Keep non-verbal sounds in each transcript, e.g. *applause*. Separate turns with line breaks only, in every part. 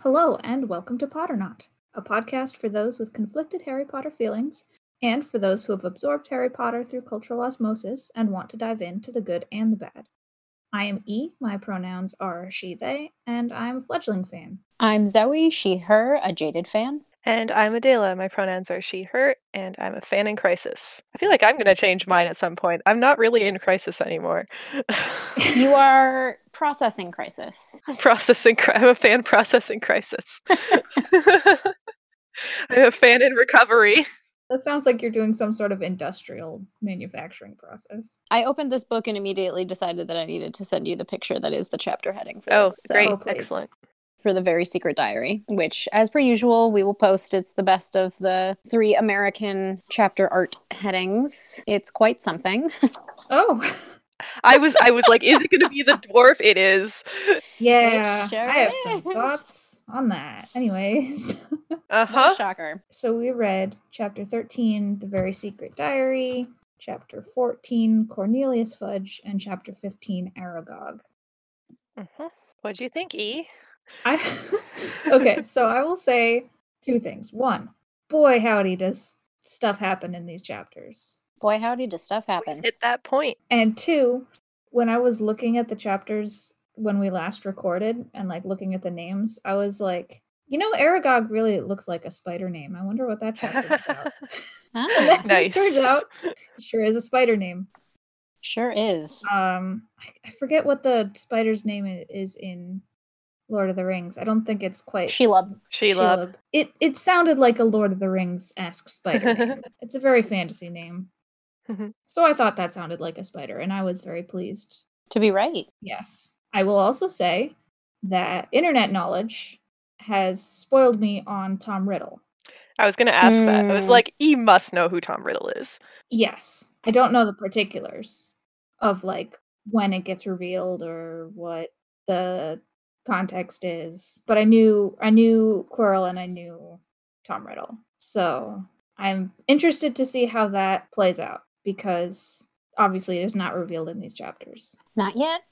Hello, and welcome to Potternaut, a podcast for those with conflicted Harry Potter feelings and for those who have absorbed Harry Potter through cultural osmosis and want to dive into the good and the bad. I am E, my pronouns are she, they, and I'm a fledgling fan.
I'm Zoe, she, her, a jaded fan.
And I'm Adela. My pronouns are she, her, and I'm a fan in crisis. I feel like I'm going to change mine at some point. I'm not really in crisis anymore. *laughs*
You are processing crisis.
I'm processing. cri- I'm a fan processing crisis. *laughs* I'm a fan in recovery.
*laughs* That sounds like you're doing some sort of industrial manufacturing process.
I opened this book and immediately decided that I needed to send you the picture *laughs* that is the chapter heading for
Oh,
this. so-
great!
please.
Excellent.
For the Very Secret Diary, which, as per usual, we will post. It's the best of the three American chapter art headings. It's quite something. *laughs*
Oh, *laughs*
I was. I was like, is it going to be
*laughs*
the dwarf? It is.
yeah.
sure
I have some
is.
thoughts on that. Anyways. *laughs*
Uh huh.
Shocker.
So we read chapter 13, The Very Secret Diary, chapter 14, Cornelius Fudge, and chapter 15, Aragog.
Mhm. What'd you think, E?
I *laughs*
*laughs*
Okay, so I will say two things. One, boy howdy does stuff happen in these chapters.
Boy, howdy, does stuff happen.
Hit that point.
And two, when I was looking at the chapters when we last recorded and like looking at the names, I was like, you know, Aragog really looks like a spider name. I wonder what that chapter's about. *laughs*
Ah,
Nice.
Turns out it sure is a spider name.
sure
*laughs*
is.
um I, I forget what the spider's name i- is in Lord of the Rings. I don't think it's quite
She loved
Sheila.
Shelob. It it sounded like a Lord of the Rings esque spider
*laughs*
name. it's a very fantasy name.
Mhm.
so I thought that sounded like a spider, and I was very pleased.
to be right.
Yes. I will also say that internet knowledge has spoiled me on Tom Riddle.
I was going to ask that. I was
Mm.
like, E must know who Tom Riddle is.
Yes. I don't know the particulars of like when it gets revealed or what the context is, but I knew I knew Quirrell and I knew Tom Riddle. So I'm interested to see how that plays out because obviously it is not revealed in these chapters.
Not yet.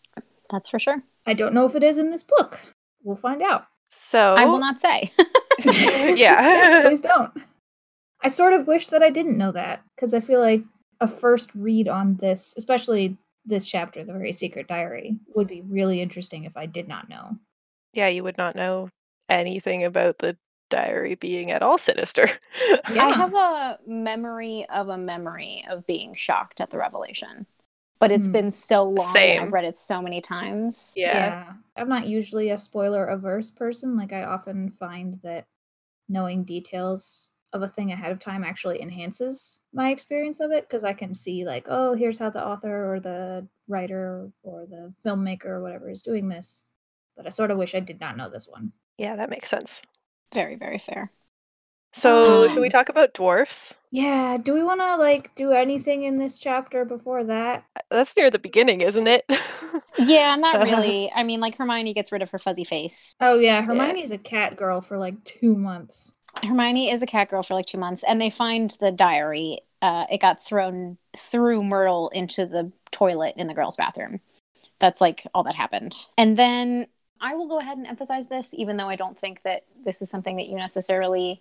That's for sure.
I don't know if it is in this book. We'll find out.
So
I will not say.
*laughs*
*laughs*
Yes,
yeah.
please don't. I sort of wish that I didn't know that because I feel like a first read on this, especially this chapter, The Very Secret Diary, would be really interesting if I did not know.
*laughs* yeah, you would not know anything about the diary being at all sinister. *laughs*
I have a memory of a memory of being shocked at the revelation, but it's
Hmm.
been so long. and
Same.
I've read it so many times.
yeah. I'm not usually a spoiler averse person. Like, I often find that knowing details of a thing ahead of time actually enhances my experience of it because I can see, like, oh, here's how the author or the writer or the filmmaker or whatever is doing this. But I sort of wish I did not know this one.
Yeah, that makes sense.
Very, very fair.
So, should we
Um,
talk about dwarfs?
Yeah, do we want to like do anything in this chapter before that?
Uh, That's near the beginning, isn't it? *laughs*
Yeah,
*laughs*
not really. I mean, like Hermione gets rid of her fuzzy face.
Oh yeah, Hermione's a cat girl for like 2 months.
Hermione is a cat girl for like two months, and they find the diary. Uh, it got thrown through Myrtle into the toilet in the girls' bathroom. That's like all that happened. And then I will go ahead and emphasize this, even though I don't think that this is something that you necessarily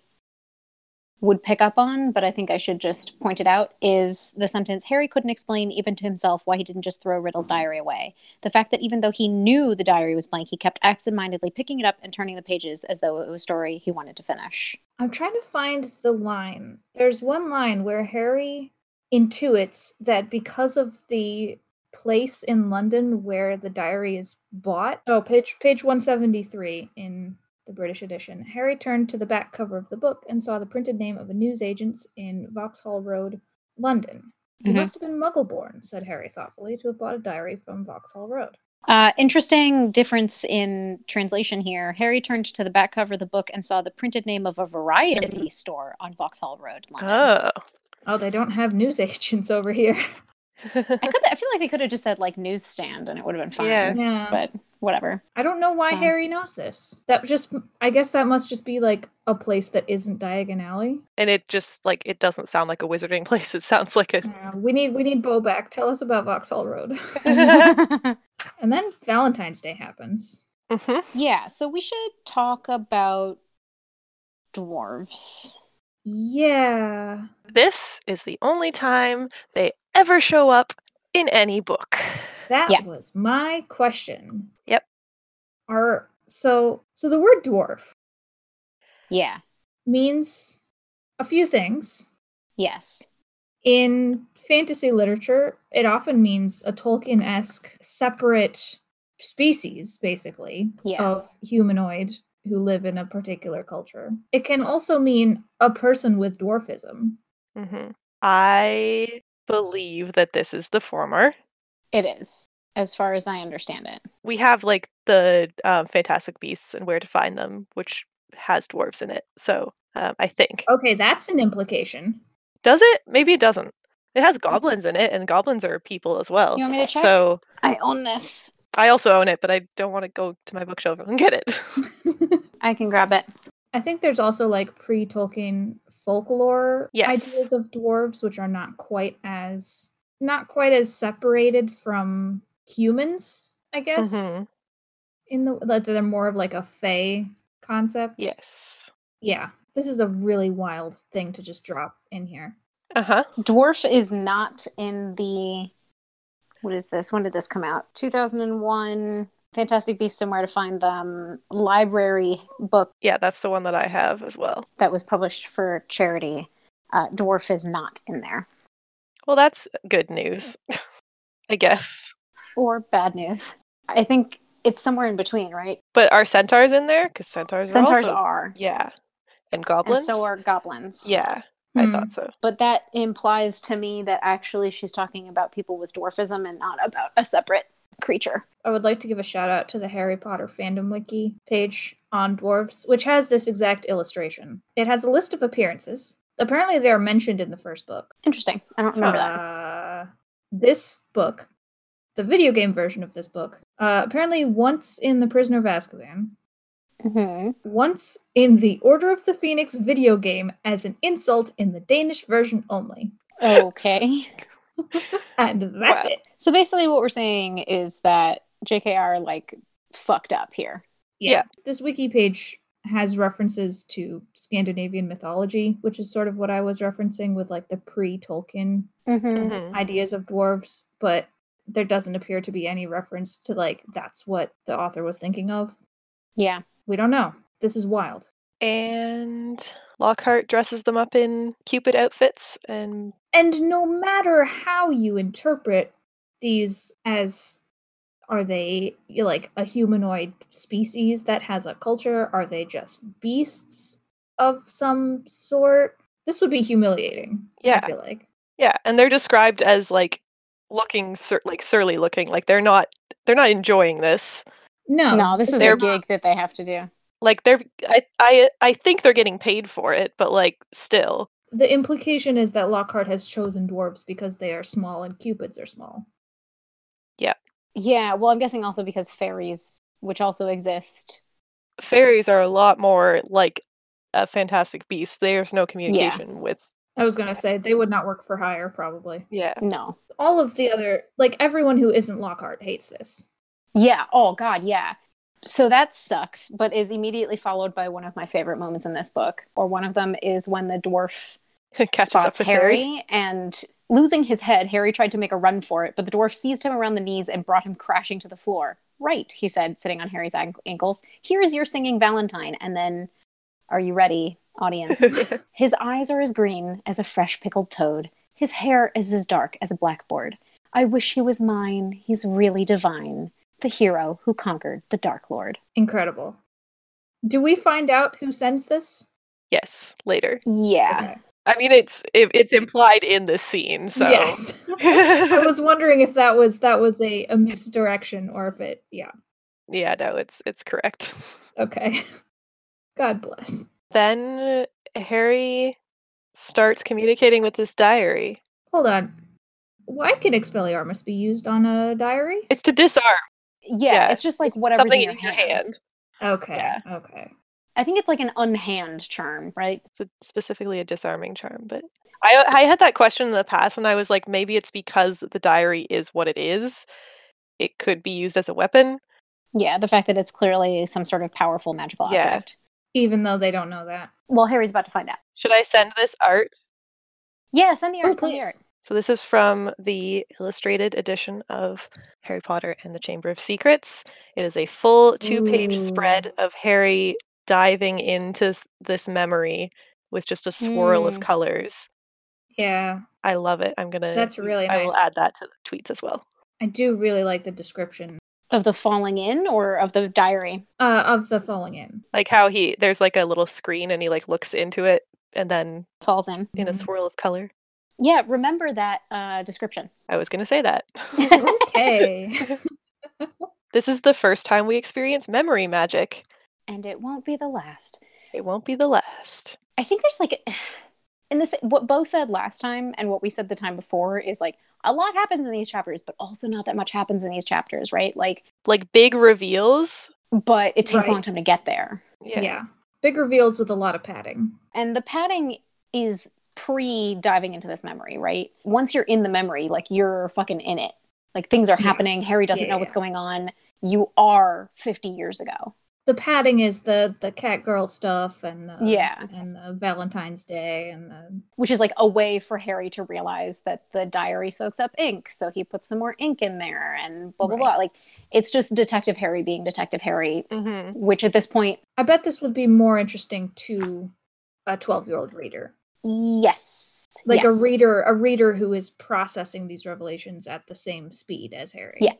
would pick up on, but I think I should just point it out is the sentence Harry couldn't explain even to himself why he didn't just throw Riddle's diary away. The fact that even though he knew the diary was blank, he kept absentmindedly picking it up and turning the pages as though it was a story he wanted to finish.
I'm trying to find the line. There's one line where Harry intuits that because of the place in London where the diary is bought. Oh, page page 173 in the British edition. Harry turned to the back cover of the book and saw the printed name of a newsagent's in Vauxhall Road, London. He
Mhm.
must have been Muggleborn, said Harry thoughtfully, to have bought a diary from Vauxhall Road.
Uh, interesting difference in translation here. Harry turned to the back cover of the book and saw the printed name of a variety store on Vauxhall Road, London.
oh.
Oh, they don't have newsagents *laughs* over here.
I could. I feel like they could have just said like newsstand, and it would have been fine.
Yeah.
Yeah.
But *laughs* whatever.
I don't know why
Fine.
Harry knows this. That just, I guess that must just be like a place that isn't Diagon Alley.
*laughs* and it just like it doesn't sound like a wizarding *laughs* place. It sounds like a
Uh, we need, we need Bo *laughs* back. Tell us about Vauxhall Road.
I
and then Valentine's Day happens.
hmm
Yeah, so we should talk about dwarves.
Yeah.
This is the only time they ever show up in any book.
That
Yeah.
was my question.
Yep.
Are so so the word dwarf
Yeah.
means a few things.
Yes.
In fantasy literature, it often means a Tolkien-esque separate species, basically,
Yeah.
of humanoid who live in a particular culture. It can also mean a person with dwarfism. Mm-hmm.
hmm I believe that this is the former.
It is, as far as I understand it.
We have like the um, Fantastic Beasts and Where to Find Them, which has dwarves in it. So um, I
Oh.
think
Okay, that's an implication. *laughs*
does it? Maybe it doesn't. It has goblins in it, and goblins are people as well.
Mm-hmm. You want me to check?
So
I own this.
I also own it, but I don't want to go to my bookshelf and *laughs* get it.
I can grab it.
I think there's also like pre Tolkien folklore
Yes.
ideas of dwarves, which are not quite as not quite as separated from humans, I guess.
Mhm.
In the like they're more of like a fae concept.
Yes.
Yeah. This is a really wild thing to just drop in here.
Uh huh.
Dwarf is not in the. What is this? When did this come out? 2001. Fantastic Beasts and Where to Find Them library book
Yeah, that's the one that I have as well.
that was published for charity. Uh, dwarf is not in there.
Well, that's good news, *laughs* I guess.
Or bad news. I think it's somewhere in between, right?
But are centaurs in there? Because centaurs, are.
Centaurs
also-
are.
Yeah. And
And
goblins?
so are Mm-hmm. goblins.
Yeah, I
Hmm.
thought so.
But that implies to me that actually she's talking about people with dwarfism and not about a separate creature.
I would like to give a shout out to the Harry Potter fandom wiki page on dwarves, which has this exact illustration. It has a list of appearances. Apparently, they are mentioned in the first book.
Interesting. I don't remember
Uh-huh.
that.
Uh, this book, the video game version of this book, uh, apparently once in The Prisoner of Azkaban,
hmm
once in the Order of the Phoenix video game as an insult in the Danish version only.
Okay.
And that's
Wow.
it.
so basically, what we're saying is that JKR like fucked up here.
Yeah.
This wiki page has references to Scandinavian mythology, which is sort of what I was referencing with like the pre Tolkien
Mm-hmm.
Mhm.
ideas of dwarves, but there doesn't appear to be any reference to like that's what the author was thinking of.
Yeah.
We don't know. This is wild.
And Lockhart dresses them up in Cupid outfits and
And no matter how you interpret these as are they y- like a humanoid species that has a culture? Are they just beasts of some sort? This would be humiliating. I
Yeah.
feel like.
yeah, and they're described as like looking sur- like surly looking, like they're not they're not enjoying this.
No.
No, this is
they're-
a gig that they have to do.
Like they're I I I think they're getting paid for it, but like still.
The implication is that Lockhart has chosen dwarves because they are small and cupids are small.
Yeah. Well, I'm guessing also because fairies, which also exist.
Fairies are a lot more like a fantastic beast. There's no communication with
I was gonna say they would not work for hire, probably.
yeah. *laughs*
No.
All of the other like everyone who isn't Lockhart hates this.
Yeah. Oh, God. Yeah. So that sucks, but is immediately followed by one of my favorite moments in this book, or one of them is when the dwarf
Catches
spots
up with Harry.
Harry, and losing his head, Harry tried to make a run for it, but the dwarf seized him around the knees and brought him crashing to the floor. Right, he said, sitting on Harry's an- ankles. Here is your singing Valentine, and then, are you ready,
*laughs*
audience? his eyes are as green as a fresh pickled toad. His hair is as dark as a blackboard. I wish he was mine. He's really divine. The hero who conquered the Dark Lord.
Incredible. Do we find out who sends this?
yes, later.
Yeah.
Okay.
I mean, it's it, it's implied in this
*laughs*
scene, so *laughs*
Yes. I was wondering if that was that was a, a misdirection or if it yeah.
yeah, no, it's it's correct.
Okay. *laughs* God bless.
Then Harry starts communicating with this diary.
Hold on. Why can Expelliarmus be used on a
*laughs*
diary?
It's to disarm
Yeah,
Yeah,
it's just like whatever's
something
in your, hands.
hand.
Okay.
Yeah.
Okay.
I think it's like an unhand charm, right?
It's a, specifically a disarming charm, but I I had that question in the past, and I was like, maybe it's because the diary is what it is. It could be used as a weapon,
Yeah, the fact that it's clearly some sort of powerful magical
Yeah.
object.
even though they don't know that.
Well, Harry's about to find out.
Should I send this art?
Yeah, send the
Oh,
art. send the
please.
art.
So this is from the illustrated edition of Harry Potter and the Chamber of Secrets. It is a full two-page spread of Harry diving into s- this memory with just a swirl of
Hmm.
Mm.
colors.
Yeah,
I love it. I'm gonna.
That's really
I will
nice.
add that to the tweets as well.
I do really like the description
Of the falling in or of the diary?
uh, of the falling in.
Like how he there's like a little screen and he like looks into it and then
Falls in.
in a
Mhm.
swirl of color.
Yeah, remember that uh, description.
I was gonna
*laughs*
say that. *laughs*
Okay. *laughs*
this is the first time we experience memory magic.
and it won't be the last.
It won't be the last.
I think there's like, *sighs* in this, what Bo said last time and what we said the time before is like a lot happens in these chapters, but also not that much happens in these chapters, right? Like,
Like big reveals.
but it takes a long
Right.
time to get there.
yeah. Big reveals with a lot of padding.
And the padding is pre diving into this memory, right? Once you're in the memory, like you're fucking in it. Like things are
Yeah.
happening. Harry doesn't
Yeah,
know
yeah,
what's
yeah.
going on. You are 50 years ago.
The padding is the the cat girl stuff and the,
Yeah.
and the Valentine's Day and the
which is like a way for Harry to realize that the diary soaks up ink. So he puts some more ink in there and blah, blah,
Right.
blah. Like it's just Detective Harry being Detective Harry,
Mm-hmm.
which at this point,
I bet this would be more interesting to a 12 year old reader.
yes.
Like
yes.
a reader, a reader who is processing these revelations at the same speed as Harry.
Yeah.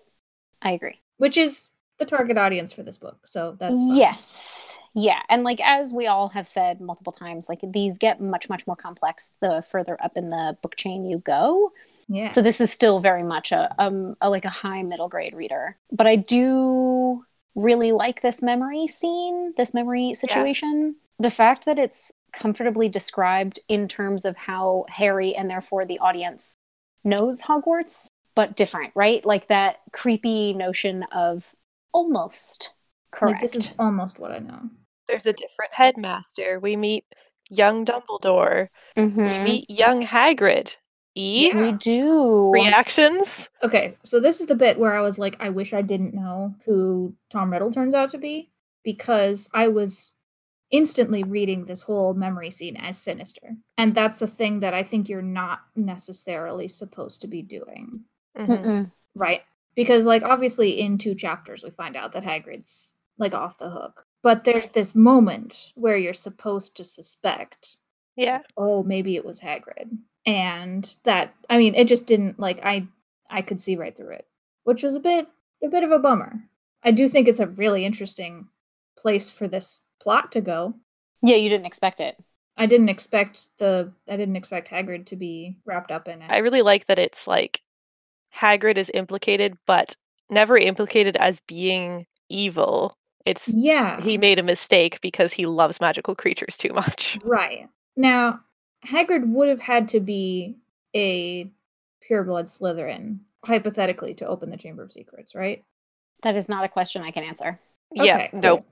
I agree.
Which is the target audience for this book. So that's fun.
Yes. Yeah. And like as we all have said multiple times, like these get much, much more complex the further up in the book chain you go.
Yeah.
So this is still very much a, um, a like a high middle grade reader. But I do really like this memory scene, this memory situation. The fact that it's comfortably described in terms of how Harry and therefore the audience knows Hogwarts, but different, right? Like that creepy notion of almost correct.
Like, this is almost what I know.
There's a different headmaster. We meet young Dumbledore.
Mhm.
We meet young Hagrid. E
Mm-hmm. Yeah.
We do.
reactions.
Okay, so this is the bit where I was like, I wish I didn't know who Tom Riddle turns out to be because I was instantly reading this whole memory scene as sinister. And that's a thing that I think you're not necessarily supposed to be doing.
Mhm.
Mm-mm.
Right. Because like obviously in two chapters we find out that Hagrid's like off the hook. But there's this moment where you're supposed to suspect,
Yeah.
oh, maybe it was Hagrid. And that I mean, it just didn't like I I could see right through it, which was a bit a bit of a bummer. I do think it's a really interesting place for this plot to go.
Yeah, you didn't expect it.
I didn't expect the I didn't expect Hagrid to be wrapped up in it.
I really like that it's like Hagrid is implicated, but never implicated as being evil. It's
yeah.
he made a mistake because he loves magical creatures too much. *laughs*
Right. Now, Hagrid would have had to be a pureblood Slytherin, hypothetically, to open the Chamber of Secrets, right?
That is not a question I can answer.
yeah.
Okay,
Nope.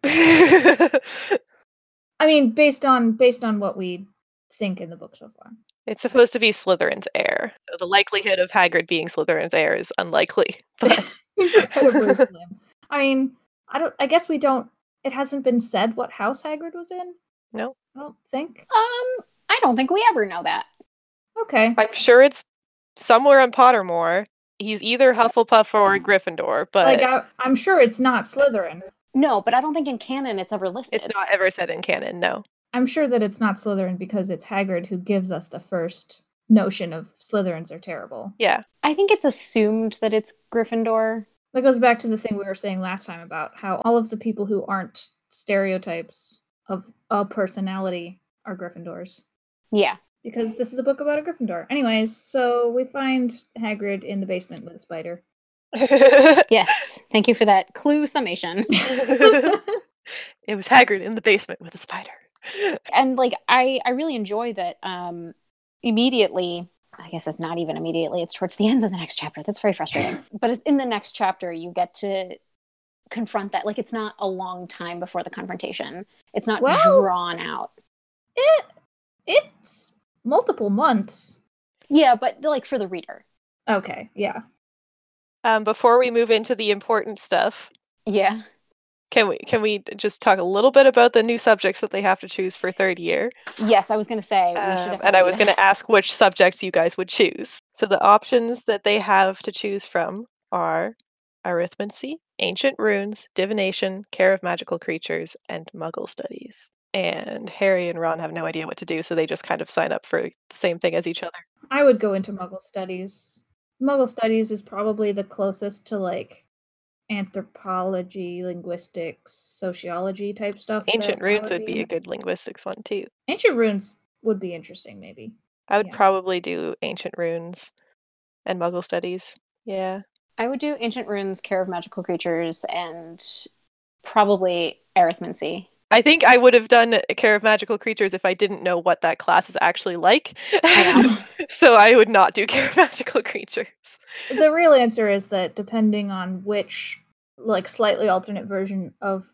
I mean, based on based on what we think in the book so far.
*laughs* it's supposed to be Slytherin's heir. So the likelihood of Hagrid being Slytherin's heir is unlikely. *laughs*
*laughs*
But
Incredibly slim. I mean, I don't I guess we don't it hasn't been said what house Hagrid was in.
No.
I don't think.
Um, I don't think we ever know that.
Okay.
I'm sure it's somewhere in Pottermore. He's either Hufflepuff or Gryffindor, but
like I, I'm sure it's not Slytherin.
No, but I don't think in canon it's ever listed.
it's not ever said in canon. No.
I'm sure that it's not Slytherin because it's Hagrid who gives us the first notion of Slytherins are terrible. *laughs*
Yeah. *laughs*
I think it's assumed that it's Gryffindor.
That goes back to the thing we were saying last time about how all of the people who aren't stereotypes of a personality are Gryffindors.
Yeah.
Because this is a book about a Gryffindor. Anyways, so we find Hagrid in the basement with a spider.
it
Yes. Thank you for that clue summation.
was Hagrid in the basement with a spider.
And like I I really enjoy that um immediately I guess it's not even immediately. It's towards the end of the next chapter. That's very
*clears throat*
frustrating. But it's in the next chapter you get to confront that. Like it's not a long time before the confrontation. It's not
Well-
drawn out.
It it's multiple months.
Yeah, but like for the reader.
Okay, yeah.
Um, before we move into the important stuff,
Yeah.
Can we can we just talk a little bit about the new subjects that they have to choose for third year?
Yes, I was going to say we
Um,
should.
and
definitely
I
do
was
that. *laughs*
going to ask which subjects you guys would choose. So the options that they have to choose from are arithmancy, ancient runes, divination, care of magical creatures, and muggle studies. And Harry and Ron have no idea what to do, so they just kind of sign up for the same thing as each other.
I would go into Muggle studies. Muggle studies is probably the closest to like anthropology, linguistics, sociology type stuff. that
Ancient
I
runes would be a
in.
good linguistics one too.
Ancient runes would be interesting, maybe.
I would
Yeah.
probably do ancient runes and muggle studies. Yeah.
I would do ancient runes, care of magical creatures, and probably arithmancy.
I think I would have done Care of Magical Creatures if I didn't know what that class is actually like. *laughs*
I
so I would not do *laughs* Care of Magical Creatures.
the real answer is that depending on which like slightly alternate version of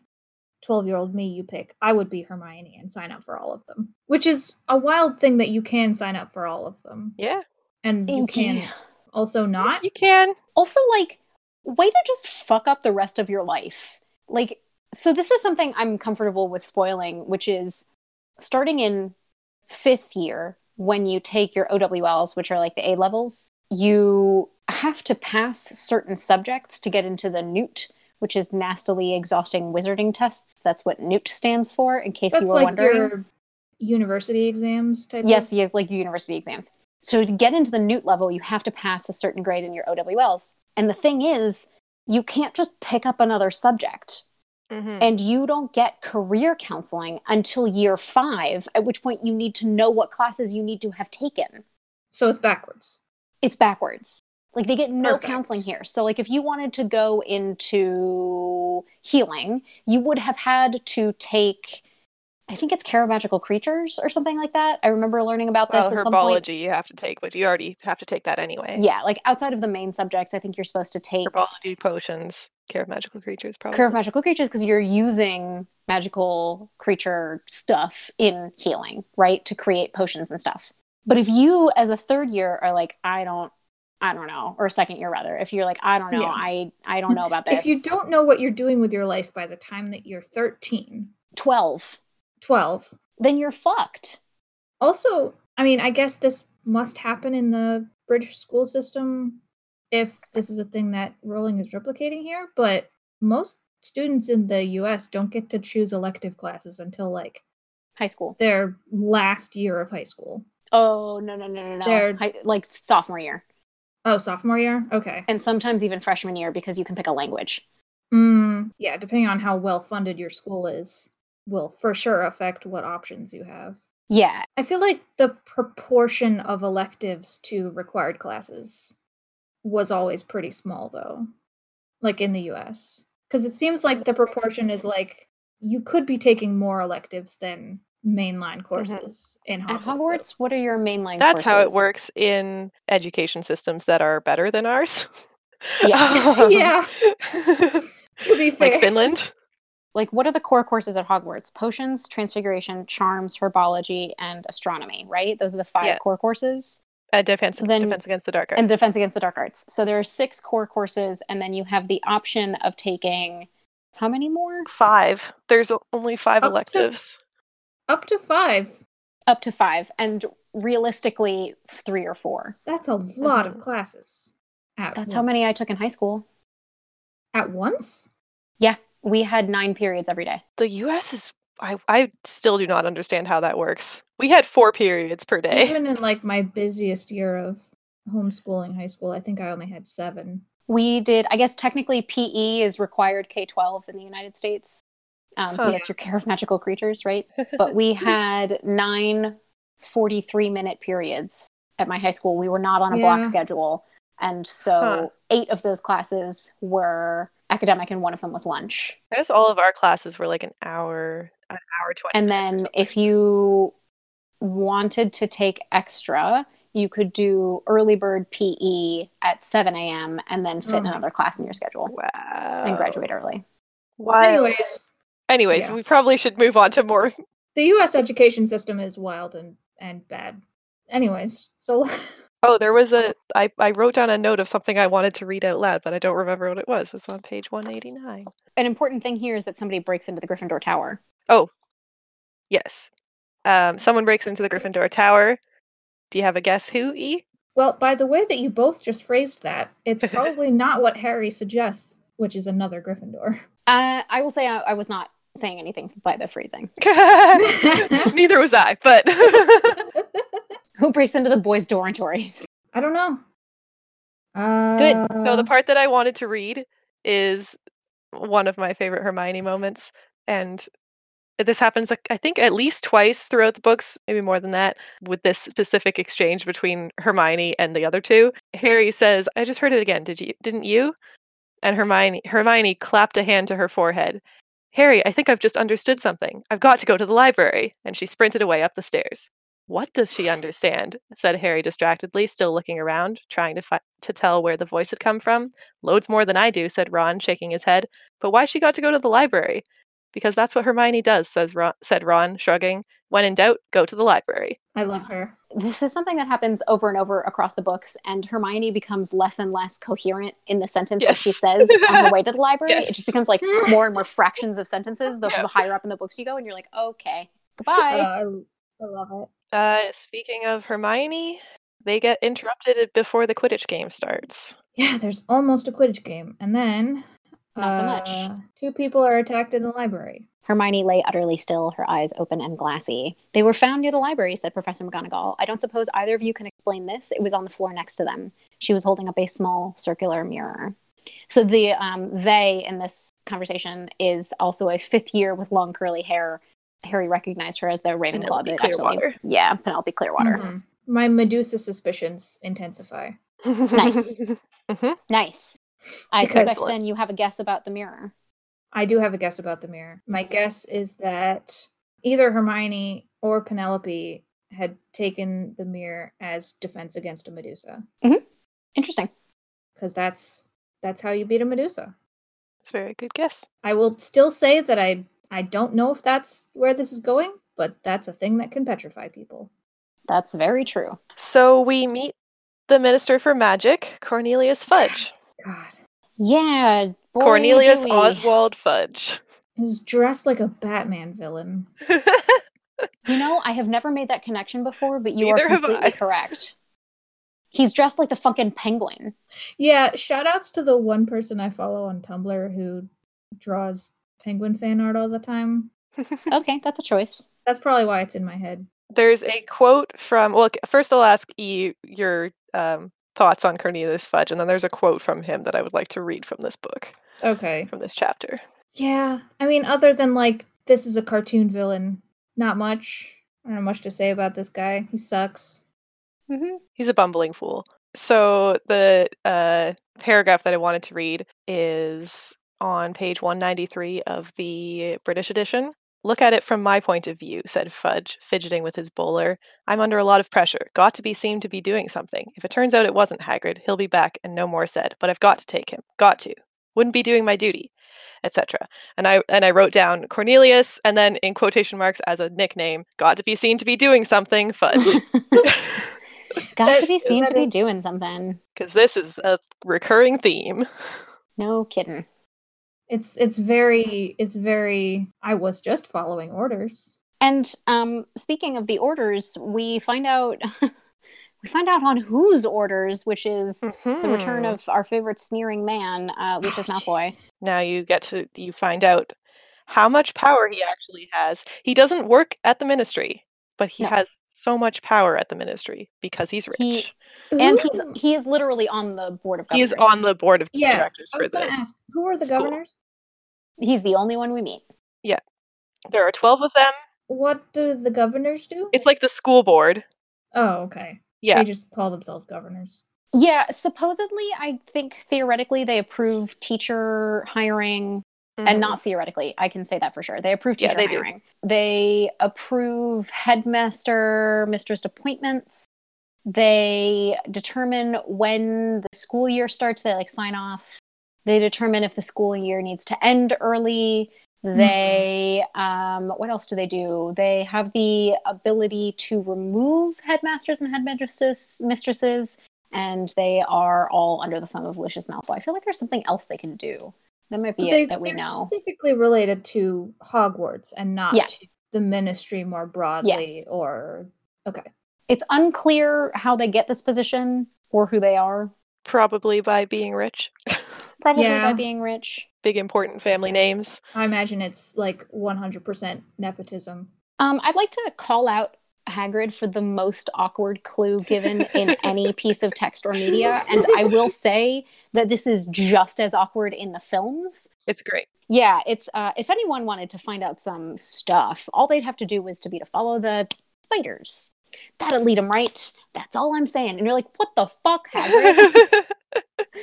12 year old me you pick i would be hermione and sign up for all of them which is a wild thing that you can sign up for all of them
Yeah.
and you can also not
You can.
Also, like, way to just fuck up the rest of your life. Like, so this is something I'm comfortable with spoiling, which is starting in fifth year, when you take your OWLs, which are like the A levels, you have to pass certain subjects to get into the Newt, which is nastily exhausting wizarding tests. That's what Newt stands for, in case
that's
you were
like
wondering.
your university exams type of-
Yes, you have like your university exams. So to get into the Newt level, you have to pass a certain grade in your OWLs. And the thing is, you can't just pick up another subject.
Mhm.
And you don't get career counseling until year five, at which point you need to know what classes you need to have taken.
so it's backwards
It's backwards. Like they get no
Perfect.
counseling here. So like if you wanted to go into healing, you would have had to take I think it's care of magical creatures or something like that. I remember learning about this
Well,
at some point.
herbology you have to take, but you already have to take that anyway.
yeah like outside of the main subjects i think you're supposed to take
Herbology, potions, care of magical creatures, probably.
curve magical creatures because you're using magical creature stuff in healing right to create potions and stuff but if you as a third year are like i don't i don't know or second year rather if you're like i don't know
Yeah.
i i don't know about
*laughs*
this
if you don't know what you're doing with your life by the time that you're 13
12
12
then you're fucked
Also, I mean, I guess this must happen in the British school system if this is a thing that Rowling is replicating here, but most students in the US don't get to choose elective classes until like
high school
their last year of high school.
oh no no no no no
They're-
Hi- like sophomore year
Oh, sophomore year? Okay.
and sometimes even freshman year because you can pick a language
Mm, yeah, depending on how well funded your school is, will for sure affect what options you have.
yeah
I feel like the proportion of electives to required classes was always pretty small, though, like in the US. Because it seems like the proportion is like you could be taking more electives than mainline courses in Hogwarts.
Mm-hmm. at hogwarts what are your mainline
That's how it
courses?
works in education systems that are better than ours. *laughs*
Yeah.
*laughs*
*laughs*
Um,
Yeah. To be fair,
like Finland.
like what are the core courses at hogwarts potions transfiguration charms herbology and astronomy right those are the five
Yeah.
core courses
Uh, defense,
So then-
defense against the dark arts.
and defense against the dark arts so there are six core courses and then you have the option of taking how many more
five. There's o- only five
Oh,
Up to-
electives.
up to five.
up to five and realistically three or four
That's a lot
Mhm.
of classes. At
Mm-hmm. that's how many i
once.
took in high school
At once?
we had nine periods every day
the US is I, I still do not understand how that works. We had four periods per day.
Even in like my busiest year of homeschooling high school, I think I only had seven.
we did i guess technically pe is required k-12 in the united states um, so
Huh.
that's your care of magical creatures
*laughs*
right but we had nine 43 minute periods at my high school. We were not on a
Yeah.
block schedule. And so
Huh.
eight of those classes were academic and one of them was lunch.
I guess all of our classes were like an hour, an hour twenty.
And
minutes or
then
something.
if you wanted to take extra, you could do early bird PE at 7 a.m. and then fit
Oh
in
my
another class in your schedule
wow,
and graduate early.
Wild.
Anyways,
Anyways,
yeah.
we probably should move on to more. *laughs*
the U.S. education system is wild and and bad. Anyways, so *laughs*
Oh, there was a. I, I wrote down a note of something I wanted to read out loud, but I don't remember what it was. It's on page 189.
An important thing here is that somebody breaks into the Gryffindor Tower.
Yes. Um, someone breaks into the Gryffindor Tower. Do you have a guess who,
*laughs*
E? *laughs*
Well, by the way that you both just phrased that, it's probably not what Harry suggests, which is another Gryffindor. *laughs*
Uh, I will say I, I was not saying anything by the phrasing.
Neither was I, but *laughs*
*laughs* Who breaks into the boys' dormitories?
I don't know. Uh,
so the part that I wanted to read is one of my favorite Hermione moments, and this happens, like, I think, at least twice throughout the books, maybe more than that, with this specific exchange between Hermione and the other two. Harry says, "I just heard it again. Did you? Didn't you?" And Hermione Hermione clapped a hand to her forehead. Harry, I think I've just understood something. I've got to go to the library. And she sprinted away up the stairs. What does she understand? said Harry distractedly, still looking around, trying to fi- to tell where the voice had come from. Loads more than I do, said Ron, shaking his head. But why she got to go to the library? Because that's what Hermione does, says Ron, said Ron, shrugging. When in doubt, go to the library.
I love her.
*laughs* This is something that happens over and over across the books, and Hermione becomes less and less coherent in the sentence that she
Yes.
says on the way
*laughs*
to the library. It
Yes.
just becomes like
*laughs*
more and more fractions of sentences the,
Yeah.
the higher up in the books you go, and you're like, okay,
Uh,
goodbye.
I, I love it.
Uh, speaking of Hermione, they get interrupted before the Quidditch game *laughs* starts.
Yeah, there's almost a Quidditch game, and then
Not so much.
uh, Two people are attacked in the library.
Hermione lay utterly still, her eyes open and glassy. They were found near the library, said Professor McGonagall. I don't suppose either of you can explain this. It was on the floor next to them. She was holding up a small circular mirror. So the um, they in this conversation is also a fifth year with long curly hair. Harry recognized her as the Ravenclaw.
Penelope
that actually-
Clearwater.
yeah, Penelope Clearwater.
Mhm. My Medusa suspicions intensify.
Nice.
Mm-hmm.
Nice. I
Because-
suspect
Excellent.
then you have a guess about the mirror.
I do have a guess about the mirror. My guess is that either Hermione or Penelope had taken the mirror as defense against a Medusa,
Interesting.
because that's that's how you beat a Medusa.
It's a very good guess.
I will still say that I I don't know if that's where this is going, but that's a thing that can petrify people.
That's very true.
So we meet the Minister for Magic, Cornelius Fudge.
God,
Yeah. boy,
Cornelius
do we.
Oswald Fudge. *laughs*
he was dressed like a Batman villain.
You know, I have never made that connection before, but you
Neither
are
have
completely
I.
correct. He's dressed like the fucking penguin.
Yeah, shout outs to the one person I follow on Tumblr who draws penguin fan art all the time.
Okay, that's a choice.
That's probably why it's in my head.
There's a quote from, well, c- first I'll ask E your um, thoughts on Cornelius Fudge, and then there's a quote from him that I would like to read from this book,
Okay.
from this chapter.
Yeah. I mean, other than like, this is a cartoon villain, not much. I don't have much to say about this guy. He sucks.
hmm
*laughs* He's a bumbling fool. So the uh, paragraph that I wanted to read is on page 193 of the British edition. Look at it from my point of view, said Fudge, fidgeting with his bowler. I'm under a lot of pressure. Got to be seen to be doing something. If it turns out it wasn't Hagrid, he'll be back and no more said, but I've got to take him. Got to. Wouldn't be doing my duty, etc. And I and I wrote down Cornelius and then in quotation marks as a nickname, got to be seen to be doing something, Fudge.
*laughs* Got
That-
to be seen
that
to be
is-
doing something.
because this is a recurring theme.
No kidding.
It's it's very it's very I was just following orders.
And um, speaking of the orders, we find out *laughs* we find out on whose orders, which is the return
Hmm.
of our favorite sneering man, uh, Lucius
Oh,
Oh,
Malfoy.
now you get to you find out how much power he actually has. He doesn't work at the ministry, but he
No.
has so much power at the ministry because he's rich.
He-
He,
And he's
Who-
he is literally on the board of governors.
is on the board of
Yeah,
directors
I
for
was
the.
gonna ask, who are the
school.
governors?
He's the only one we meet.
There are twelve of them.
What do the governors do?
It's like the school board.
Oh, okay.
Yeah.
They just call themselves governors.
Yeah, supposedly, I think theoretically they approve teacher hiring, and
Mhm.
not theoretically, I can say that for sure. They approve
Yeah,
teacher
they do.
hiring. They approve headmaster, mistress appointments. They determine when the school year starts. They like sign off. They determine if the school year needs to end early.
Mm-hmm.
They um what else do they do? They have the ability to remove headmasters and headmistresses mistresses and they are all under the thumb of Lucius Malfoy. I feel like there's something else they can do. That might be
They-
it that we
they're
know.
specifically related to Hogwarts and not
Yeah.
to the ministry more broadly
Yes.
or
It's unclear how they get this position or who they are.
Probably by being rich.
Probably
Yeah.
by being rich.
Big important family names.
I imagine it's like 100% nepotism.
Um, I'd like to call out Hagrid for the most awkward clue given
*laughs*
in any piece of text or media, and I will say that this is just as awkward in the films.
It's great.
Yeah, it's uh, if anyone wanted to find out some stuff, all they'd have to do was to be to follow the spiders. That'll lead them right. That's all I'm saying. And you're like, what the
*laughs*
fuck, Hagrid?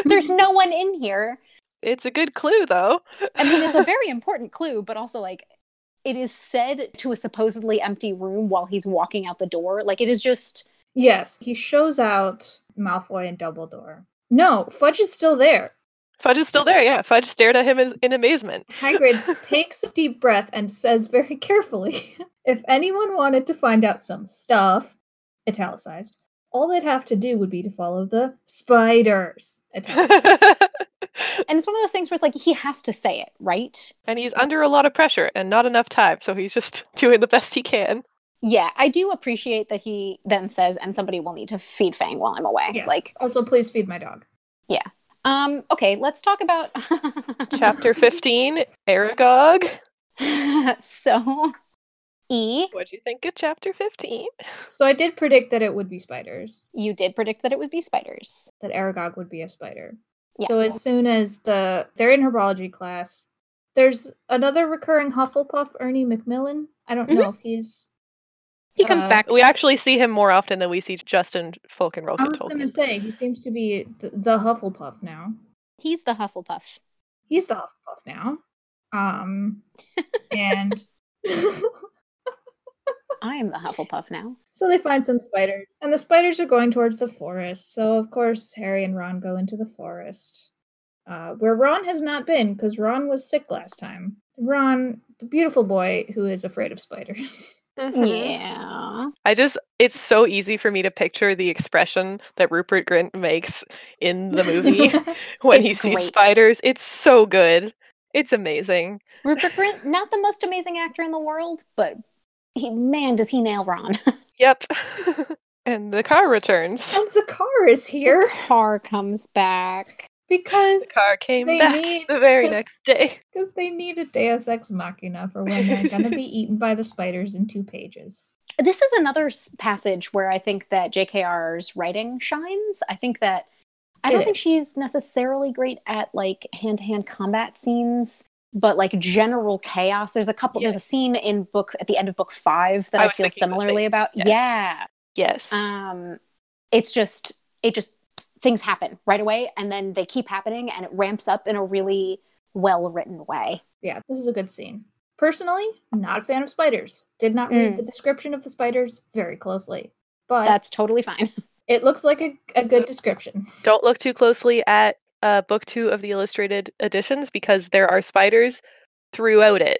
There's no one in here.
it's a good clue though.
I mean, it's a very important clue, but also like it is said to a supposedly empty room while he's walking out the door. Like it is just.
Yes, he shows out Malfoy and Dumbledore. No, Fudge is still there.
*laughs* Fudge is still there. Yeah, Fudge stared at him as- in amazement.
Hagrid takes a deep breath and says very carefully *laughs* if anyone wanted to find out some stuff, italicized, all they'd have to do would be to follow the spiders.
*laughs*
Italicized.
And it's one of those things where it's like he has to say it, right?
and he's under a lot of pressure and not enough time, so he's just *laughs* doing the best he can.
Yeah, I do appreciate that he then says, and somebody will need to feed Fang while I'm away.
yes.
Like,
also, please feed my dog.
um, okay, let's talk about *laughs*
*laughs* Chapter 15, Aragog.
*laughs* so E,
What do you think of chapter 15?
So I did predict that it would be spiders,
you did predict that it would be spiders.
that Aragog would be a spider.
Yeah.
So as soon as the they're in herbology class, there's another recurring Hufflepuff, Ernie McMillan. I don't know if he's
Mm-hmm. He comes
Uh,
back.
We actually see him more often than we see Justin Falkenroll.
I was gonna say he seems to be th- the Hufflepuff now.
He's the Hufflepuff.
He's the Hufflepuff now.
*laughs*
Um, and
I am the Hufflepuff now.
so they find some spiders, and the spiders are going towards the forest. So of course Harry and Ron go into the forest, uh, where Ron has not been because Ron was sick last time. Ron, the beautiful boy who is afraid of spiders.
*laughs* Yeah.
Mm-hmm. I just, it's so easy for me to picture the expression that Rupert Grint makes in *laughs*
*laughs*
the
*laughs*
movie *laughs* when he
It's
sees
great.
spiders. It's so good. It's amazing.
Rupert Grint, not the most amazing actor in the world, but he, man, does he nail Ron.
Yep. *laughs* and the car returns.
and the car is
*laughs*
here
Car comes back.
because
The car came
They
back
need-
the very
'cause-
next day.
because they need a Deus Ex Machina for when they're gonna be
*laughs*
eaten by the spiders in two pages.
this is another s- passage where I think that JKR's writing shines. I think that I
It
don't think
is.
she's necessarily great at like hand to hand combat scenes, but like general chaos. There's a couple, there's a
Yes.
scene in book at the end of book five that
I
I,
was
feel
thinking the
similarly
same.
about.
Yes.
Yeah.
Yes.
Um, it's just, it just, things happen right away and then they keep happening and it ramps up in a really well written way.
yeah, this is a good scene. Personally, not a fan of spiders. Did not read
Mm.
the description of the spiders very closely, but
That's totally fine. *laughs*
it looks like a, a good description.
Don't look too closely at uh, book two of the illustrated editions because there are spiders throughout it.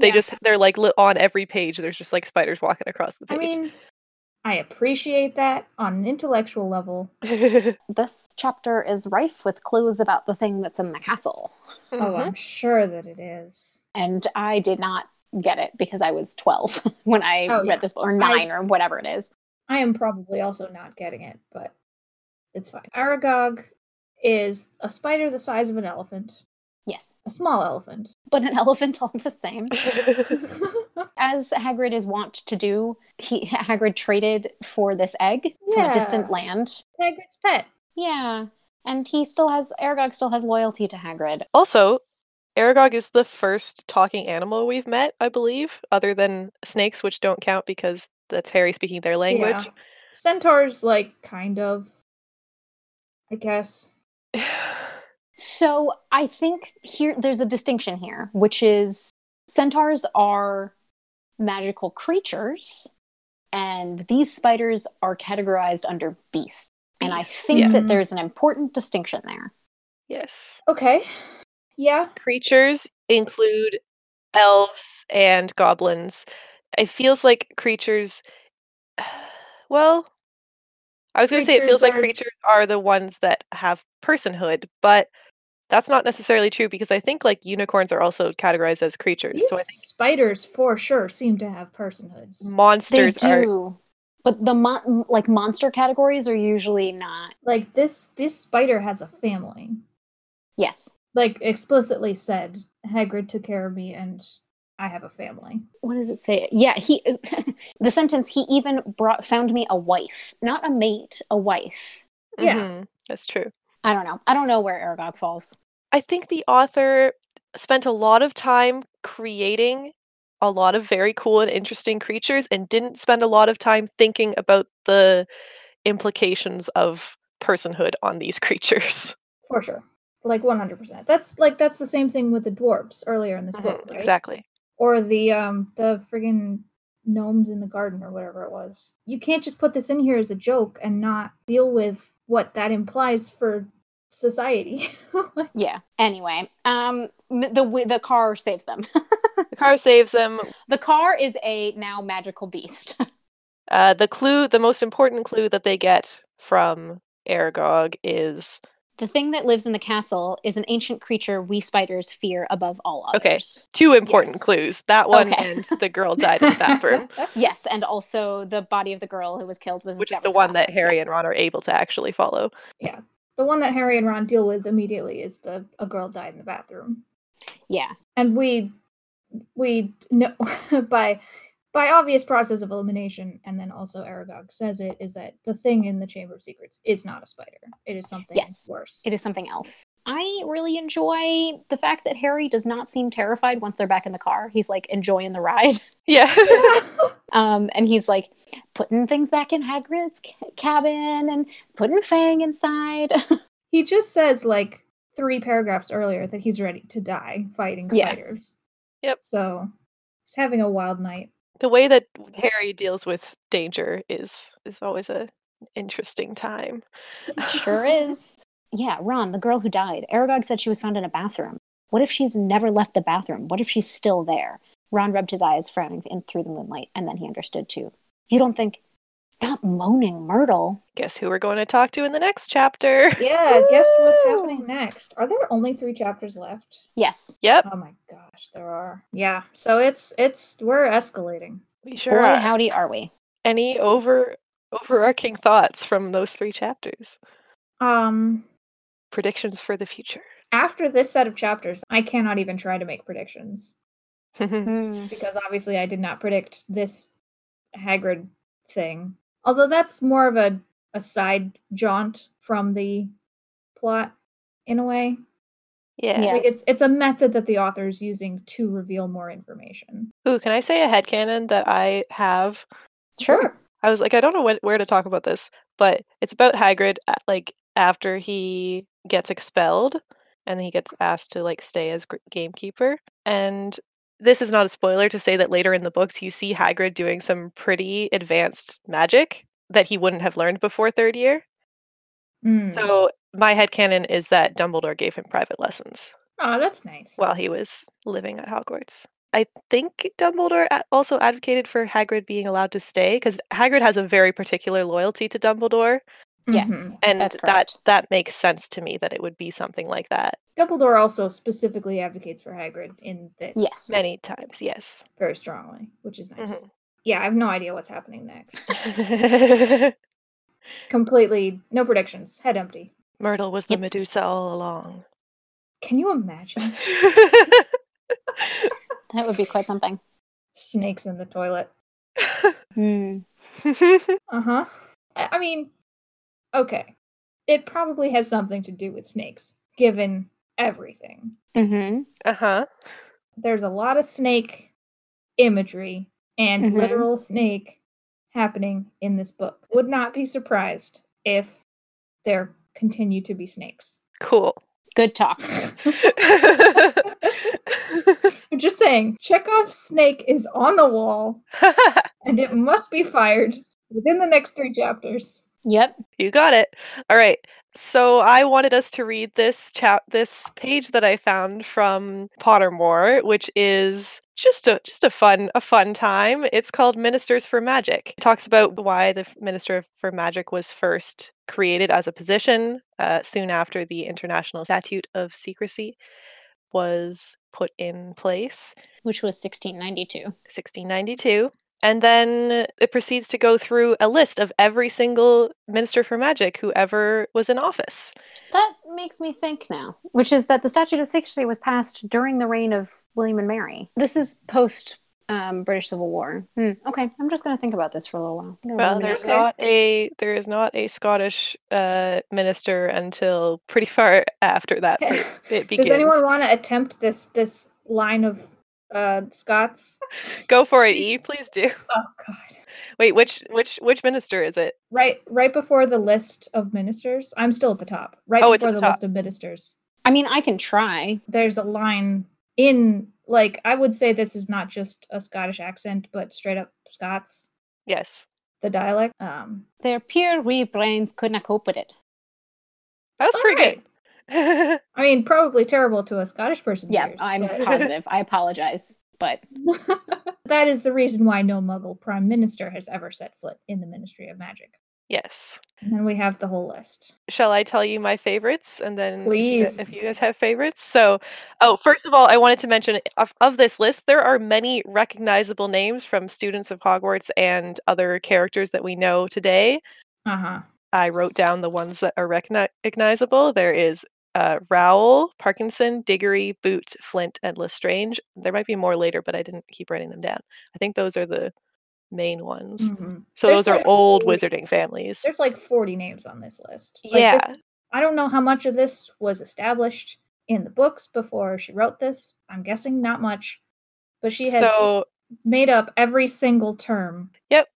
They
Yeah.
just they're like lit on every page. There's just like spiders walking across the
I
page. *laughs*
mean, I appreciate that on an intellectual level.
This chapter is rife with clues about the thing that's in the castle.
Oh,
Mhm.
I'm sure that it is.
and I did not get it because I was 12 *laughs* when I
Oh,
read
yeah.
this book, or nine, or whatever it is.
I am probably also not getting it, but it's fine. Aragog is a spider the size of an elephant,
Yes,
a small elephant.
but an *laughs* elephant all the same. As Hagrid is wont to do, he Hagrid traded for this egg from a distant
Yeah.
land.
Hagrid's pet.
Yeah, and he still has Aragog still has loyalty to Hagrid.
*laughs* also, Aragog is the first talking animal we've met, I believe, other than snakes, which don't count because that's Harry speaking their language. *sighs*
Centaurs, like, kind of. I guess.
So I think here there's a distinction here, which is centaurs are magical creatures, and these spiders are categorized under beasts. And I
Beasts,
think
yeah.
that there's an important distinction there.
yes.
Okay. Yeah.
Creatures include elves and goblins. It feels like creatures. *sighs* Well, I was going to say it feels
Creatures
like
are-
creatures are the ones that have personhood, but that's not necessarily true because I think like unicorns are also categorized as creatures.
These
so I
spiders for sure seem to have personhoods.
think monsters
they
are
do. But the mon- like monster categories are usually not.
Like this this spider has a family.
Yes.
Like explicitly said, Hagrid took care of me and I have a family.
What does it say? Yeah, he *laughs* the sentence he even brought found me a wife, not a mate, a wife.
yeah.
Mhm, that's true.
I don't know. I don't know where Aragog falls.
I think the author spent a lot of time creating a lot of very cool and interesting creatures and didn't spend a lot of time thinking about the implications of personhood on these *laughs*
*laughs*
creatures.
For sure. Like 100%. That's like that's the same thing with the dwarves earlier in this
Mm-hmm,
book, right?
*laughs*
Exactly.
Or the um the friggin' gnomes in the garden or whatever it was. You can't just put this in here as a joke and not deal with what that implies for society. *laughs*
Yeah. Anyway, um m- the wi- the car saves them. *laughs*
The car saves them.
the car is a now magical beast. *laughs*
Uh, the clue, the most important clue that they get from Aragog is
the thing that lives in the castle is an ancient creature we spiders fear above all
Okay.
others.
two important
Yes.
clues. That one
Okay.
and the girl died in
*laughs*
the bathroom,
Yes, and also the body of the girl who was killed was
which is
discovered
the
in
one that
bathroom.
Harry and Ron are able to actually follow.
the one that Harry and Ron deal with immediately is the a girl died in the bathroom,
Yeah.
and we we know *laughs* by by obvious process of elimination, and then also Aragog says it is that the thing in the Chamber of Secrets is not a spider; it is something
Yes.
*laughs* worse.
It is something else. I really enjoy the fact that Harry does not seem terrified once they're back in the car. He's like enjoying the ride. *laughs*
Yeah.
Um, and he's like putting things back in Hagrid's ca- cabin and putting Fang inside. *laughs*
he just says like three paragraphs earlier that he's ready to die fighting
Yeah.
spiders.
Yep.
So he's having a wild night.
the way that Harry deals with danger is is always a interesting time.
sure is. Yeah, Ron, the girl who died. Aragog said she was found in a bathroom. What if she's never left the bathroom? What if she's still there? Ron rubbed his eyes, frowning in through the moonlight, and then he understood too. You don't think, not moaning Myrtle.
Guess who we're going to talk to in the next chapter? *laughs*
Yeah, guess what's happening
Woo!
next? Are there only three chapters left?
Yes,
Yep,
Oh my gosh, there are. Yeah. So it's it's we're escalating.
we sure.
boy,
are.
howdy are we.
Any over overarching thoughts from those three chapters?
Um
Predictions for the future. *laughs*
after this set of chapters, I cannot even try to make predictions because obviously I did not predict this Hagrid thing. Although that's more of a a side jaunt from the plot in a way.
yeah.
Yeah.
Like it's it's a method that the author is using to reveal more information.
Ooh, can I say a headcanon that I have?
Sure.
I was like, I don't know what, where to talk about this, but it's about Hagrid, uh, like, after he gets expelled and he gets asked to, like, stay as gr- gamekeeper. And this is not a spoiler to say that later in the books, you see Hagrid doing some pretty advanced magic that he wouldn't have learned before third year.
Mm.
So, my headcanon is that Dumbledore gave him private lessons
oh, that's nice.
while he was living at Hogwarts. I think Dumbledore a- also advocated for Hagrid being allowed to stay because Hagrid has a very particular loyalty to Dumbledore,
Yes.
Mhm.
and
That's
that
correct.
that makes sense to me that it would be something like that
Dumbledore also specifically advocates for Hagrid in this
Yes.
many times.
*laughs*
Yes.
very strongly, which is nice.
Mhm.
Yeah, I have no idea what's happening next. Completely no predictions, head empty.
Myrtle was the
Yep.
Medusa all
*laughs*
along. *laughs*
Can you imagine
That would be quite something.
snakes in the toilet?
Hmm.
Uh-huh. I I mean, okay. It probably has something to do with snakes, given everything.
hmm
uh huh.
There's a lot of snake imagery and
Mhm.
literal snake happening in this book. Would not be surprised if there continue to be snakes. *laughs*
*laughs*
Cool. *laughs*
Good talk.
I'm just saying, Chekhov's snake is on the wall and it must be fired within the next three chapters.
Yep.
you got it. All right. So I wanted us to read this chap this page that I found from Pottermore, which is just a just a fun a fun time. It's called Ministers for Magic. It talks about why the Minister for Magic was first created as a position uh, soon after the International Statute of Secrecy was put in place.
which was 1692.
1692. And then it proceeds to go through a list of every single minister for magic who ever was in office.
That makes me think now, which is that the Statute of Secrecy was passed during the reign of William and Mary. This is post um, British Civil War. Hmm, okay, I'm just going to think about this for a little while. I'm gonna
Well,
ruminate.
there's
Mm, Okay.
not a there is not a Scottish uh, minister until pretty far *laughs*
*laughs*
after that
Okay.
for- it begins.
Does anyone want to attempt this this line of uh, Scots?
Go for it, E. Please do. *laughs*
Oh God!
Wait, which which which minister is it?
Right, right before the list of ministers. I'm still at the top. Right
Oh, it's
before
at
the
the top.
list of ministers.
I mean, I can try.
There's a line in like I would say this is not just a Scottish accent, but straight up Scots,
Yes,
the dialect. Um,
Their pure wee brains could not cope with it.
that was pretty
alright.
good. *laughs*
I mean, probably terrible to a Scottish person.
Yeah, I'm positive. I apologize, but
*laughs* that is the reason why no Muggle prime minister has ever set foot in the Ministry of Magic.
yes.
And then we have the whole list.
shall I tell you my favorites? And then if you gu- if
Please.
you guys have favorites. So, oh, first of all, I wanted to mention of, of this list, there are many recognizable names from students of Hogwarts and other characters that we know today.
Uh huh.
I wrote down the ones that are recogni- recognizable. There is uh, Rowell, Parkinson, Diggory, Boot, Flint, and Lestrange. There might be more later, but I didn't keep writing them down. I think those are the main ones. So
Mm. There's
those are
like
old
four-
wizarding families.
There's like 40 names on this list. Like,
yeah.
this- I don't know how much of this was established in the books before she wrote this. I'm guessing not much. But she has
so
made up every single term.
Yep.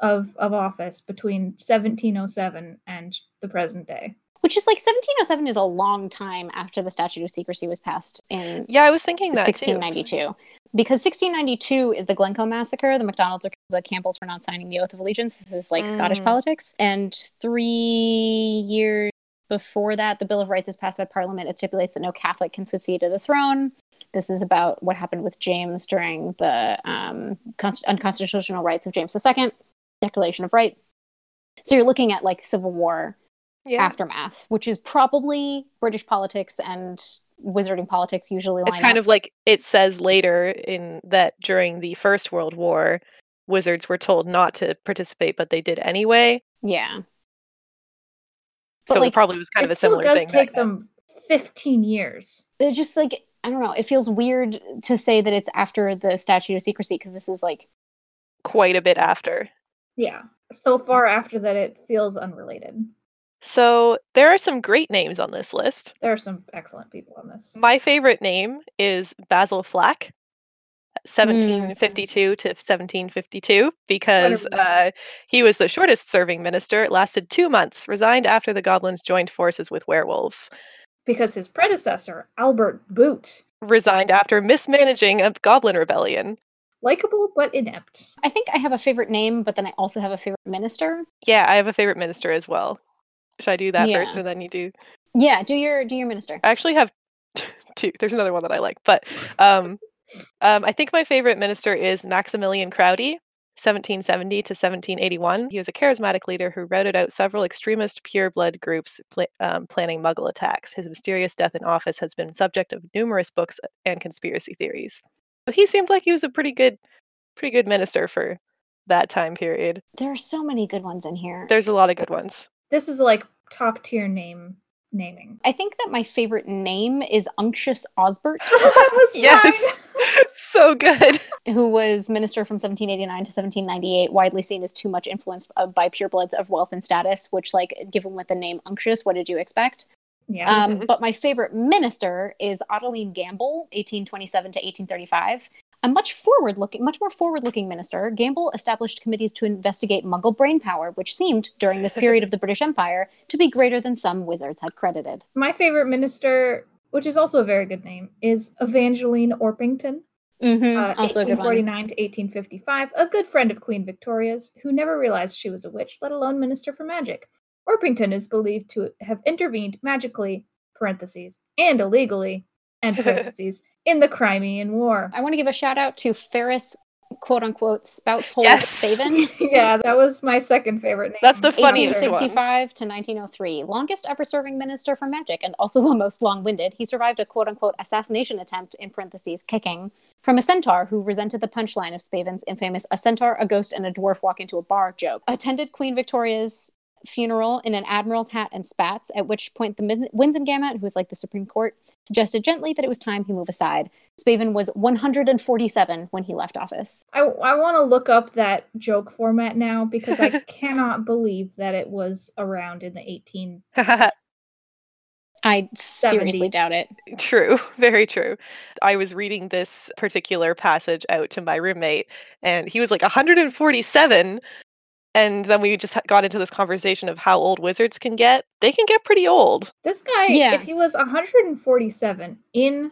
Of of office between 1707 and the present day.
which is like 1707 is a long time after the Statute of Secrecy was passed in
yeah, I was thinking that too.
1692 because 1692 is the Glencoe massacre the macdonalds are the campbells for not signing the oath of allegiance this is like scottish
Mm.
politics and three years before that the bill of rights is passed by parliament it stipulates that no catholic can succeed to the throne this is about what happened with james during the um, const- unconstitutional rights of james ii declaration of right so you're looking at like civil war
Yeah.
aftermath which is probably british politics and wizarding politics usually line
it's kind
up.
of like it says later in that during the first world war wizards were told not to participate but they did anyway
yeah But,
so
like,
it probably was kind of a
it still
similar
does
thing back
take
then.
them 15 years.
it just like I don't know. It feels weird to say that it's after the Statute of Secrecy because this is like
quite a bit after
Yeah. So far after that it feels unrelated.
so there are some great names on this list
There are some excellent people on this.
my favorite name is basil flack
Hmm.
1752 to 1752 because
Wonderful.
uh, he was the shortest serving minister it lasted two months resigned after the goblins joined forces with werewolves
because his predecessor, Albert Boot,
resigned after mismanaging a goblin rebellion.
likable but inept.
I think I have a favorite name, but then I also have a favorite minister.
Yeah, I have a favorite minister as well. Should I do that
Yeah.
first or then you do?
Yeah, do your do your minister.
I actually have *laughs* two. There's another one that I like, but um, um, I think my favorite minister is Maximilian Crowdy. 1770 to 1781. He was a charismatic leader who routed out several extremist pureblood groups pla- um, planning Muggle attacks. His mysterious death in office has been subject of numerous books and conspiracy theories. So he seemed like he was a pretty good, pretty good minister for that time period.
There are so many good ones in here.
There's a lot of good ones. *laughs*
This is like top tier name
*laughs*
naming.
I think that my favorite name is Unctious Osbert,
That was mine!
Yes. so good. *laughs*
who was minister from 1789 to 1798, widely seen as too much influenced uh, by purebloods of wealth and status, which like given with the name Unctious, what did you expect?
*laughs* Yeah.
Um,
Mhm.
but my favorite minister is Ottiline Gamble, 1827 to 1835. A much forward looking, much more forward looking minister, Gamble established committees to investigate Muggle brain power, which seemed, during this period of the British Empire, to be greater than some wizards had credited.
My favorite minister, which is also a very good name, is Evangeline Orpington. Uh,
Mm, Mm-hmm. also a good one.
1849 to 1855, a good friend of Queen Victoria's, who never realized she was a witch, let alone minister for magic. Orpington is believed to have intervened magically, parentheses, and illegally, and parentheses, in the Crimean War.
I want to give a shout out to Ferris, quote unquote, Spouthole
*laughs*
Yes.
Saban.
*laughs* yeah, that was my second favorite name.
That's the funniest one.
1865 to 1903, longest ever serving minister for magic and also the most long winded. He survived a quote unquote assassination attempt, in parentheses, kicking, from a centaur who resented the punchline of Spaven's infamous a centaur, a ghost, and a dwarf walk into a bar joke. Attended Queen Victoria's funeral in an admiral's hat and spats, at which point the Mis- Winsengamot, who was like the Supreme Court, suggested gently that it was time he move aside. Spaven was 147 when he left office.
I, I want to look up that joke format now because
*laughs*
I cannot believe that it was around in the 18.
I
70.
seriously doubt it.
True, *laughs* very true. I was reading this particular passage out to my roommate, and he was like 147. And then we just ha- got into this conversation of how old wizards can get. They can get pretty old.
This guy,
Yeah.
if he was 147 in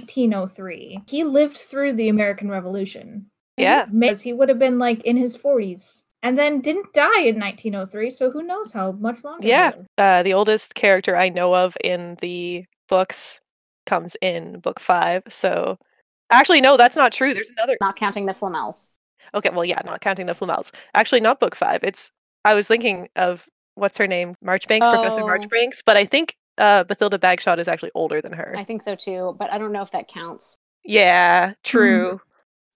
1903, he lived through the American Revolution.
Yeah.
Because he would have been like in his 40s and then didn't die in 1903, so who knows how much longer. he
Yeah.
lived.
Uh, the oldest character I know of in the books comes in book five. So actually, no, that's not true. There's another.
Not counting the Flamels.
Okay, well, yeah, not counting the Flamels. Actually, not book five. It's I was thinking of what's her name, Marchbanks, Professor
Oh.
Marchbanks, but I think uh, Bathilda Bagshot is actually older than her.
I think so too, but I don't know if that counts.
Mm-hmm.
Yeah, *laughs* true.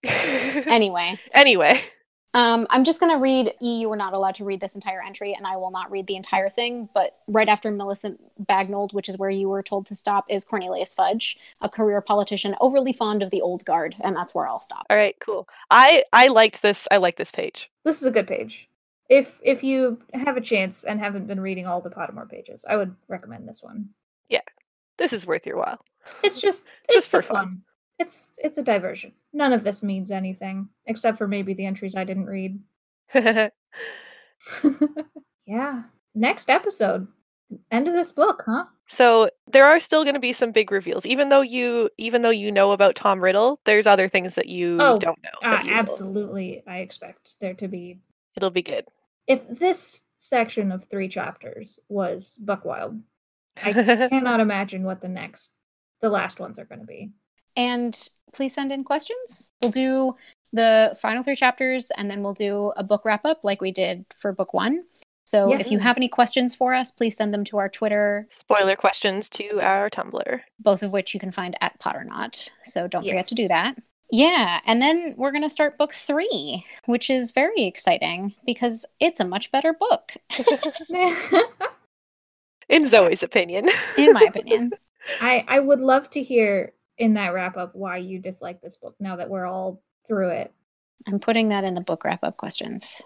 Anyway,
anyway, *laughs*
um, I'm just going to read E. You are not allowed to read this entire entry, and I will not read the entire thing. But right after Millicent Bagnold, which is where you were told to stop, is Cornelius Fudge, a career politician overly fond of the old guard, and that's where I'll stop.
all right, cool. I I liked this. I like this page.
This is a good page. If if you have a chance and haven't been reading all the Pottermore pages, I would recommend this one.
This is worth your while.
It's just it's
Just
for
for fun.
fun. It's it's a diversion. None of this means anything except for maybe the entries I didn't read. *laughs* yeah. Next episode. End of this book, huh?
*laughs* so there are still going to be some big reveals, even though you even though you know about Tom Riddle. There's other things that you
Oh,
don't know.
Uh,
that you will-
absolutely. I expect there to be
it'll be good.
if this section of three chapters was Buckwild, I cannot imagine what the next the last ones are going to be. *laughs*
And please send in questions. We'll do the final three chapters, and then we'll do a book wrap up like we did for book one. So if you
Yes.
have any questions for us, please send them to our Twitter,
*laughs* Spoiler questions to our Tumblr.
both of which you can find at Potternot. So don't forget to do
Yes.
that. Yeah, and then we're going to start book three, which is very exciting because it's a much better book,
*laughs*
In Zoe's opinion. *laughs*
in my opinion.
I I would love to hear in that wrap up why you dislike this book now that we're all through it.
I'm putting that in the book wrap up questions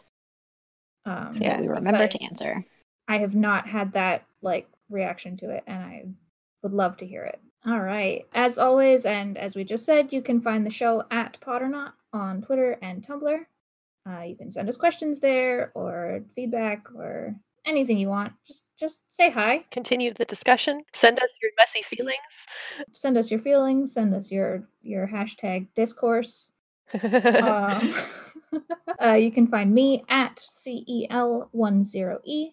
Um,
so
Yeah,
that we remember
because
to answer.
I have not had that like reaction to it, and I would love to hear it. All right. As always, and as we just said, you can find the show at Potternot on Twitter and Tumblr. Uh, you can send us questions there, or feedback, or anything you want. Just just say hi.
Continue the discussion. Send us your messy feelings.
Send us your feelings. Send us your your hashtag discourse. um, *laughs* uh, you can find me at E cel10e E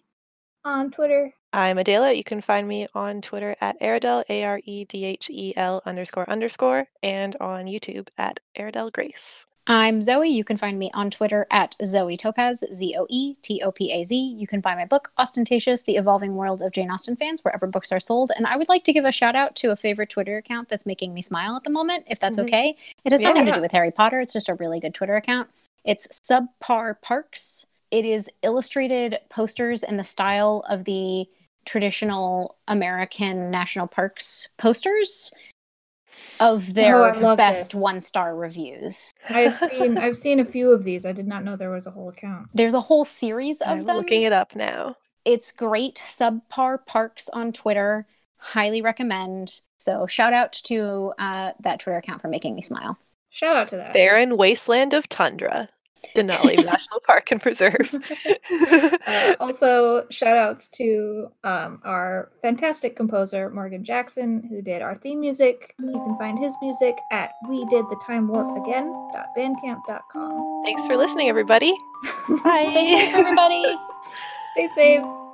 on Twitter.
*laughs* I'm Adela. You can find me on Twitter at Aredel, A R E D H E L underscore underscore, and on YouTube at Aredel Grace.
I'm Zoe. You can find me on Twitter at Zoe Topaz, Z O E T O P A Z. You can buy my book, Ostentatious The Evolving World of Jane Austen Fans, wherever books are sold. And I would like to give a shout out to a favorite Twitter account that's making me smile at the moment, if that's
Mhm.
okay. It has nothing to
Mm-hmm. Yeah.
do with Harry Potter, it's just a really good Twitter account. It's Subpar Parks. It is illustrated posters in the style of the traditional American national parks posters of their
Oh, I love
best
this.
one star reviews.
I've
*laughs*
seen I've seen a few of these. I did not know there was a whole account.
There's a whole series of
I'm
them.
looking it up now.
it's great. Subpar Parks on Twitter. Highly recommend. So shout out to uh, that Twitter account for making me smile.
Shout out to that.
Barren wasteland of tundra, Denali National Park and Preserve. *laughs*
Uh, also, shout outs to um, our fantastic composer, Morgan Jackson, who did our theme music. You can find his music at we did the time warp again.bandcamp.com.
Thanks for listening, everybody. Bye. *laughs*
Stay safe, everybody.
Stay safe.